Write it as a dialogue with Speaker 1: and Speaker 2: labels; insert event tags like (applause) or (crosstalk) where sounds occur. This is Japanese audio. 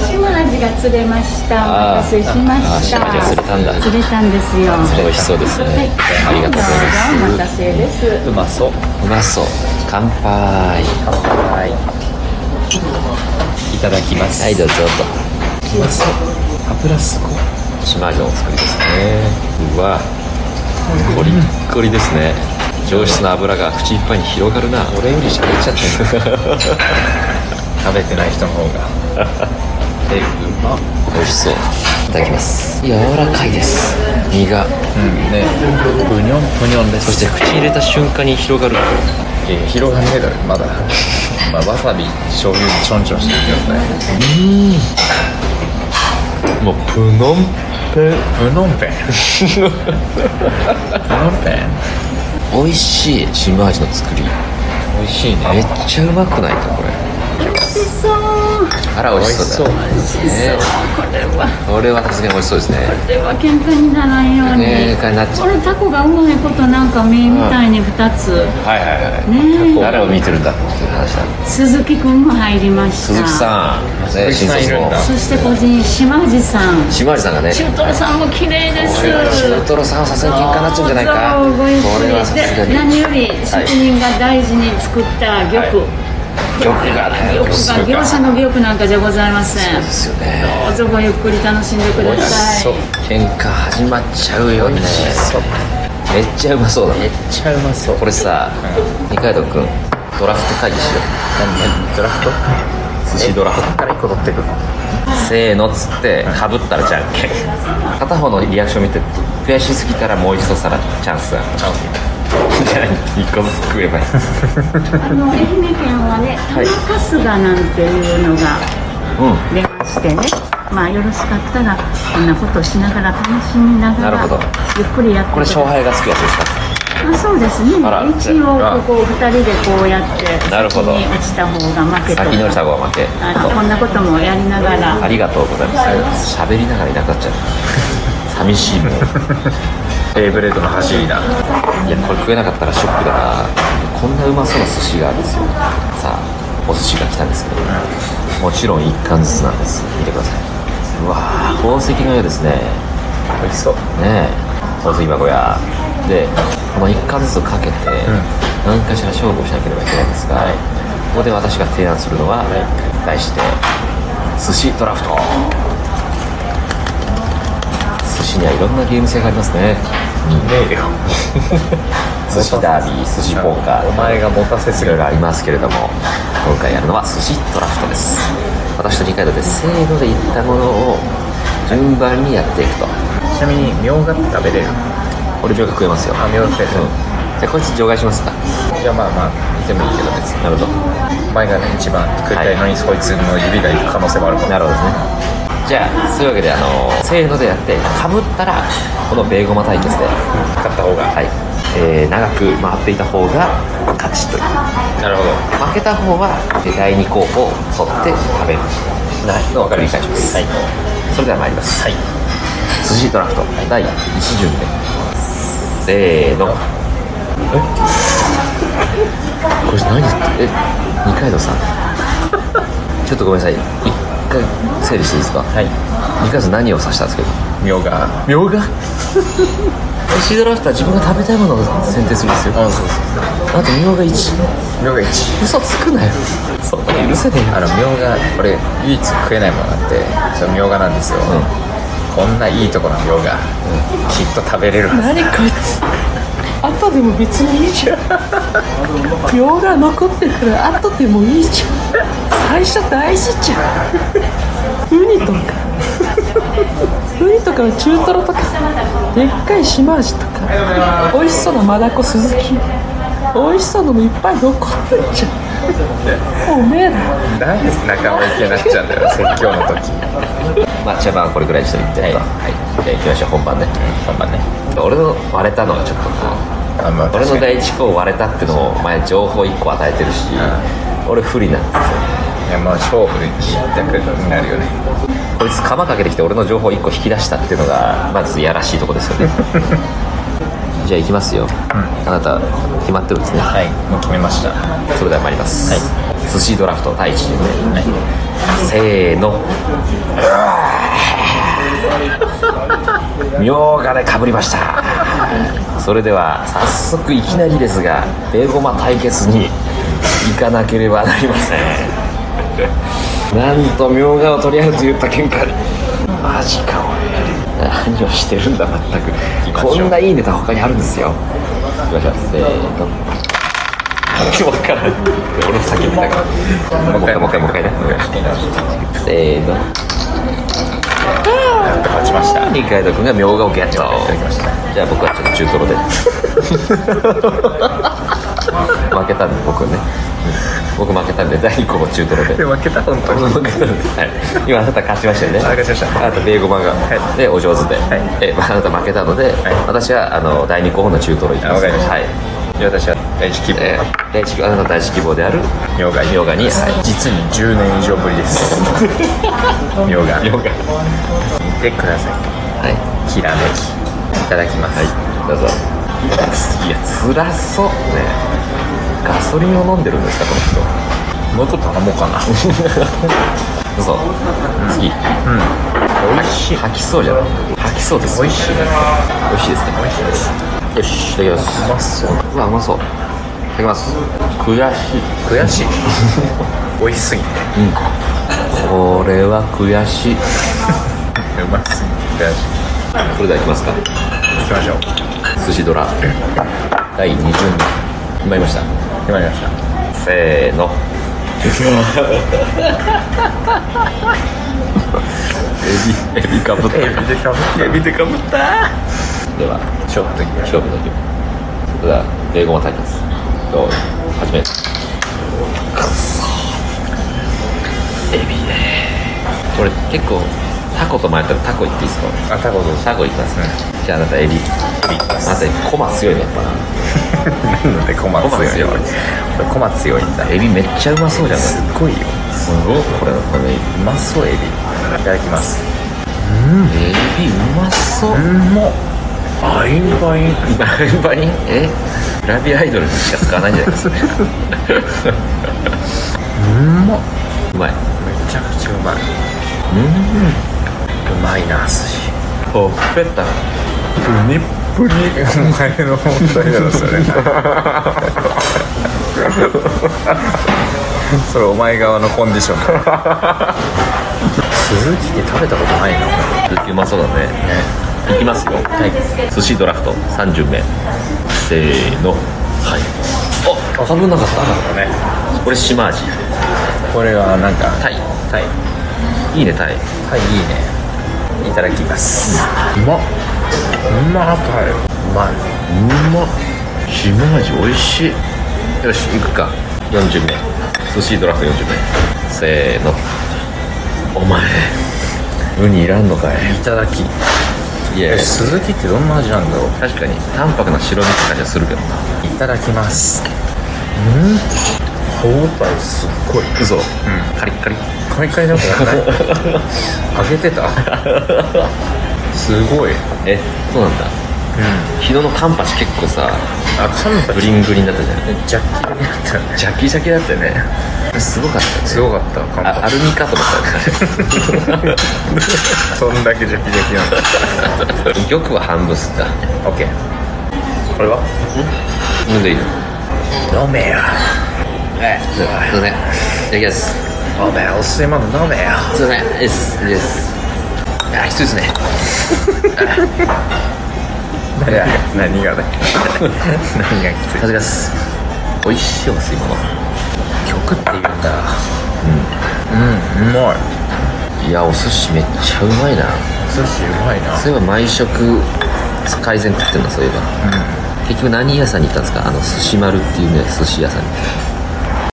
Speaker 1: ンジが釣れましたお
Speaker 2: あー
Speaker 1: 待たせしました
Speaker 2: あー島じゃ釣れたんだ
Speaker 1: 釣れたんですよ
Speaker 2: 美味しそうですね、
Speaker 1: はい
Speaker 2: ありがとうございます
Speaker 1: どうぞお待たせです
Speaker 3: うまそう
Speaker 2: うまそう乾杯
Speaker 3: いただきます
Speaker 2: はいどうぞ
Speaker 3: うまそう油すごい
Speaker 2: と島のお作りですねうわコリッコリですね上質な油が口いっぱいに広がるな
Speaker 3: 俺よりしゃべっちゃってる食べてない人の方が
Speaker 2: (laughs)
Speaker 3: えうまっ
Speaker 2: 美味しそういただきます柔らかいです身が
Speaker 3: うんねブニョンブニョンで
Speaker 2: そ
Speaker 3: す
Speaker 2: して口に入れた瞬間に広がる
Speaker 3: いやいや広がんねえだろ
Speaker 2: (laughs)
Speaker 3: まだ、まあ、わさび醤油ちょんちょんしてるけどね
Speaker 2: もうプノンペン
Speaker 3: ブノ
Speaker 2: (laughs)
Speaker 3: ンペンブノンペン
Speaker 2: 美味しいシマ味の作り
Speaker 3: 美味しい
Speaker 2: めっちゃうまくないかこれあら美味しそうだ
Speaker 3: 美味
Speaker 2: しそう
Speaker 1: これは
Speaker 2: これはさすがに美味しそうですね
Speaker 1: これは喧嘩にならんように、
Speaker 2: ねえこれなっちゃ
Speaker 1: これタコがうまいことなんか目みたいに2つ、
Speaker 2: はいはいはい
Speaker 1: ねえ
Speaker 2: 誰を見てるんだっていう話だ
Speaker 1: 鈴木くんも入りました
Speaker 2: 鈴木さんね
Speaker 3: 鈴木さ
Speaker 2: 新卒
Speaker 3: んいるんだ
Speaker 2: の
Speaker 1: そして個人島地さん
Speaker 2: シマ味さんがね
Speaker 1: 中トロさんも綺麗です
Speaker 2: 中トロさんはさすがに喧嘩になっちゃうんじゃないか
Speaker 1: どうぞごゆっくり
Speaker 2: これはさすがに
Speaker 1: で何より職人が大事に作った玉、
Speaker 2: はい玉がね
Speaker 1: 玉が業者の玉なんかじゃございません
Speaker 2: ですよね
Speaker 1: どうぞごゆっくり楽しんでく
Speaker 2: 美
Speaker 1: だ
Speaker 2: 味し
Speaker 1: さ
Speaker 2: そう
Speaker 1: い
Speaker 2: 喧嘩始まっちゃうよね
Speaker 3: そう
Speaker 2: めっちゃうまそうだね
Speaker 3: めっちゃうまそう
Speaker 2: これさ二階堂君ドラフト会議しよ
Speaker 3: 何ドラフト
Speaker 2: う寿司ドラフト
Speaker 3: こっから一個取ってくる
Speaker 2: せーのっつってかぶったらじゃんけん片方のリアクション見て悔しすぎたらもう一度さらチャンスだチャンスじゃあ1個ずつ食えばいい
Speaker 1: あの愛媛県はね
Speaker 2: は
Speaker 1: 玉
Speaker 2: い
Speaker 1: かすがなんていうのが
Speaker 2: う
Speaker 1: 出ましてねまあよろしかったらこんなことしながら楽しみなが
Speaker 2: な
Speaker 1: ら
Speaker 2: るほど
Speaker 1: ゆっくりやって
Speaker 2: んこれ
Speaker 1: ください
Speaker 2: 勝敗がつくやつですか
Speaker 1: あそうですね一
Speaker 2: あら
Speaker 1: 応ここ2人でこうやって
Speaker 2: なるほど
Speaker 1: 先に落ちた方が負けとか
Speaker 2: 先に乗りた方が負け
Speaker 1: あのこんなこともやりながら
Speaker 2: ありがとうございます喋りながらいなくなっちゃう寂しいもんい
Speaker 3: ベイブレードの走りだ
Speaker 2: やこれ食えなかったらショックだなこんなうまそうな寿司があるんですよさあお寿司が来たんですけどもちろん一貫ずつなんです見てくださいうわあ宝石のようですね
Speaker 3: 美味しそう
Speaker 2: ねえ大杉孫屋でこの一貫ずつかけて何かしら勝負をしなければいけないんですが、ここで私が提案するのは、題して寿司ドラフト寿司にはいろんなゲーム性がありますね
Speaker 3: ねえよ
Speaker 2: 寿司ダービー寿司ポーカー
Speaker 3: お前が持たせす
Speaker 2: い
Speaker 3: ぎ
Speaker 2: ろ
Speaker 3: る
Speaker 2: いろありますけれども今回やるのは寿司ドラフトです私と二階堂でせーので言ったものを順番にやっていくと
Speaker 3: ちなみにみょうがって食べれる
Speaker 2: これ秒が食えますよ
Speaker 3: あみょうが食える
Speaker 2: うんじゃあこいつ除外しますか
Speaker 3: いやまあまあいてもいいけど別に
Speaker 2: なるほど
Speaker 3: お前がね一番食いたいのに、こいつの指がいく可能性もあるか
Speaker 2: な
Speaker 3: ら
Speaker 2: るほどですねじゃあそういうわけであのせーのでやってかぶったらこのベーゴマ対決で
Speaker 3: 買った方が
Speaker 2: はい、えー長く回っていた方が勝ちという
Speaker 3: なるほど
Speaker 2: 負けた方はで第2候補を取って食べるのを繰り返します、それでは参ります、
Speaker 3: はい
Speaker 2: 寿司ドラフト第1巡目せーのえこれ何言ってえ二階堂さ
Speaker 3: (laughs)
Speaker 2: んちょっとごめんなさい一回整理していいですかはい二階堂さん何を指したんですけど
Speaker 3: みょうが
Speaker 2: みょうが (laughs) 寿司ドラフトは自分が食べたいものを選定するんですよあそうそうあとみょうが1
Speaker 3: みょうが1
Speaker 2: 嘘つくなよそんなの許せねえよ
Speaker 3: あのみょうが俺唯一食えないものがあってそのみょうがなんですよ、こんないいとこのみょうが、きっと食べれるはず
Speaker 2: 何こいつあとでも別にいいじゃん秒が残ってるからあとでもいいじゃん最初大事じゃんウニとかウニとか中トロとかでっかいシマアジとか美味しそうなマダコスズキ美味しそうなのいっぱい残ってるじゃんおめえら
Speaker 3: なんで仲間いけになっちゃうんだよ説教の時
Speaker 2: まあ、茶番はこれぐらいにしていってはい、じゃあ行きましょう本番ね本番ね俺の割れたのはちょっとこう
Speaker 3: あまあ
Speaker 2: 俺
Speaker 3: 確
Speaker 2: の
Speaker 3: かに
Speaker 2: 第一項割れたってのを前情報1個与えてるし、俺不利なんです
Speaker 3: いやまあ勝負で逆になるよね
Speaker 2: よこいつ釜かけてきて俺の情報1個引き出したっていうのがまずやらしいとこです
Speaker 3: (laughs)
Speaker 2: よねじゃあ行きますよ、あなた決まってるんですね
Speaker 3: はいもう決めました
Speaker 2: それでは参ります、寿司ドラフト第1巡目、せーのうわーみょうがでかぶりましたそれでは早速いきなりですがベーゴマ対決に行かなければなりませんなんとみょうがを取り合うと言った喧嘩にマジかおい何をしてるんだ全くこんないいネタ他にあるんですよいきましょうせーの分からん俺も先見たからもう一回もう一回もう一回ねせーの
Speaker 3: 勝ちました
Speaker 2: 二階堂君がみょうがをゲットじゃあ僕はちょっと中トロで (laughs) 負けたんで僕ね僕負けたんで第2個も中トロで
Speaker 3: で負けた本当に
Speaker 2: 僕負けたんではい今あなた勝ちましたよね
Speaker 3: あ勝ちました
Speaker 2: あなた米語版が、
Speaker 3: はい
Speaker 2: でお上手で、
Speaker 3: はい
Speaker 2: えまああなた負けたので、
Speaker 3: はい
Speaker 2: 私はあの第2候補の中トロいきます
Speaker 3: あわかりました
Speaker 2: はい
Speaker 3: で私は大好き
Speaker 2: えー第一希望あなたの第一希望である
Speaker 3: みょうが
Speaker 2: みょうがに、はい、
Speaker 3: 実に10年以上ぶりです
Speaker 2: (laughs)
Speaker 3: みょうが
Speaker 2: みょうが
Speaker 3: 見てください
Speaker 2: は
Speaker 3: きらめきいただきます、
Speaker 2: いどうぞいやつらそうねガソリンを飲んでるんですかこの人
Speaker 3: もう一個頼もうかな
Speaker 2: (laughs) どうぞ好きうん美味しい吐きそうじゃない吐きそうです美味しい美味しいですね美味しいですよしいただきますうまそううわうまそういただきます悔しい
Speaker 3: 悔しい美味しすぎて
Speaker 2: これは悔しいう
Speaker 3: ますぎて悔し
Speaker 2: それではいきますか
Speaker 3: い行きましょう
Speaker 2: 寿司ドラ第20問決まりました
Speaker 3: 決まりました
Speaker 2: せーのエビエビかぶった
Speaker 3: エビでかぶったエビでかぶった
Speaker 2: では
Speaker 3: ちょっといきまし
Speaker 2: 勝
Speaker 3: ょ
Speaker 2: 負の時それでは英語も対決どう始めくそエビね俺結構タコと迷ったらタコいっていいですか
Speaker 3: うあタコどうぞ
Speaker 2: タコいきますね、じゃああなたエビエビあなたコマ強いねやっぱな
Speaker 3: なんでコマ強いの
Speaker 2: コマ強い
Speaker 3: 俺コマ強いんだ
Speaker 2: エビめっちゃうまそうじゃない
Speaker 3: すごいよ
Speaker 2: すごいこれこれエビ
Speaker 3: うまそうエビいただきます
Speaker 2: エビうまそううん
Speaker 3: もバインバイン
Speaker 2: バリバリえグラビアアイドルにしか使わないんじゃないですかね
Speaker 3: うんも
Speaker 2: うまい
Speaker 3: めちゃくちゃうまいうんうまいな寿司
Speaker 2: おペッタ
Speaker 3: プニプニお前の本体だろそ (laughs) れそれお前側のコンディションだ鈴木って食べたことないの
Speaker 2: 続きうまそうだね
Speaker 3: ね
Speaker 2: いきますよ、はい、寿司ドラフト3巡目せーのはいあかぶんなかった
Speaker 3: ね
Speaker 2: これ島味
Speaker 3: これはなんか
Speaker 2: タイ
Speaker 3: タイ
Speaker 2: いいねタイ
Speaker 3: タイいいねいただきますうまっうまっタイうまいう
Speaker 2: まっ島味美味しいよし行くか4巡目寿司ドラフト4巡目せーのお前ウニいらんのかい
Speaker 3: いただき
Speaker 2: いや
Speaker 3: え鈴木ってどんな味なんだろう
Speaker 2: 確かに淡白な白身って感じはするけどない
Speaker 3: ただきますうん歯応えすっごい
Speaker 2: 嘘、うんカリッカリ
Speaker 3: 買い替えなくならない揚げてたすごいうん
Speaker 2: えそうなんだ昨日のカンパチ結構さ
Speaker 3: あカンパ
Speaker 2: グ
Speaker 3: チ
Speaker 2: リングリンだったじゃん
Speaker 3: ジャッキーになったね
Speaker 2: ジャキジャキだったよねすごかったよね
Speaker 3: すごかったカン
Speaker 2: あ
Speaker 3: パ
Speaker 2: アルミかと思 (laughs)
Speaker 3: チそんだけジャッキジャキなんだ
Speaker 2: ったよね玉は半分吸った
Speaker 3: オッケーこれは
Speaker 2: 飲んでいいの
Speaker 3: 飲めよ
Speaker 2: えすいませんいただきます
Speaker 3: おめえお吸い物飲めよ
Speaker 2: すいませんですですあ失礼ですね
Speaker 3: (laughs) 何が (laughs) 何がだ何がきつい
Speaker 2: 恥ずかしい美味しいお吸い物
Speaker 3: 曲って言うんだうんうんうまい
Speaker 2: いやお寿司めっちゃうまいな
Speaker 3: 寿司うまいな
Speaker 2: そういえば毎食改善食ってんのそういえば、結局何屋さんに行ったんですかあの寿司丸っていうね寿司屋さんに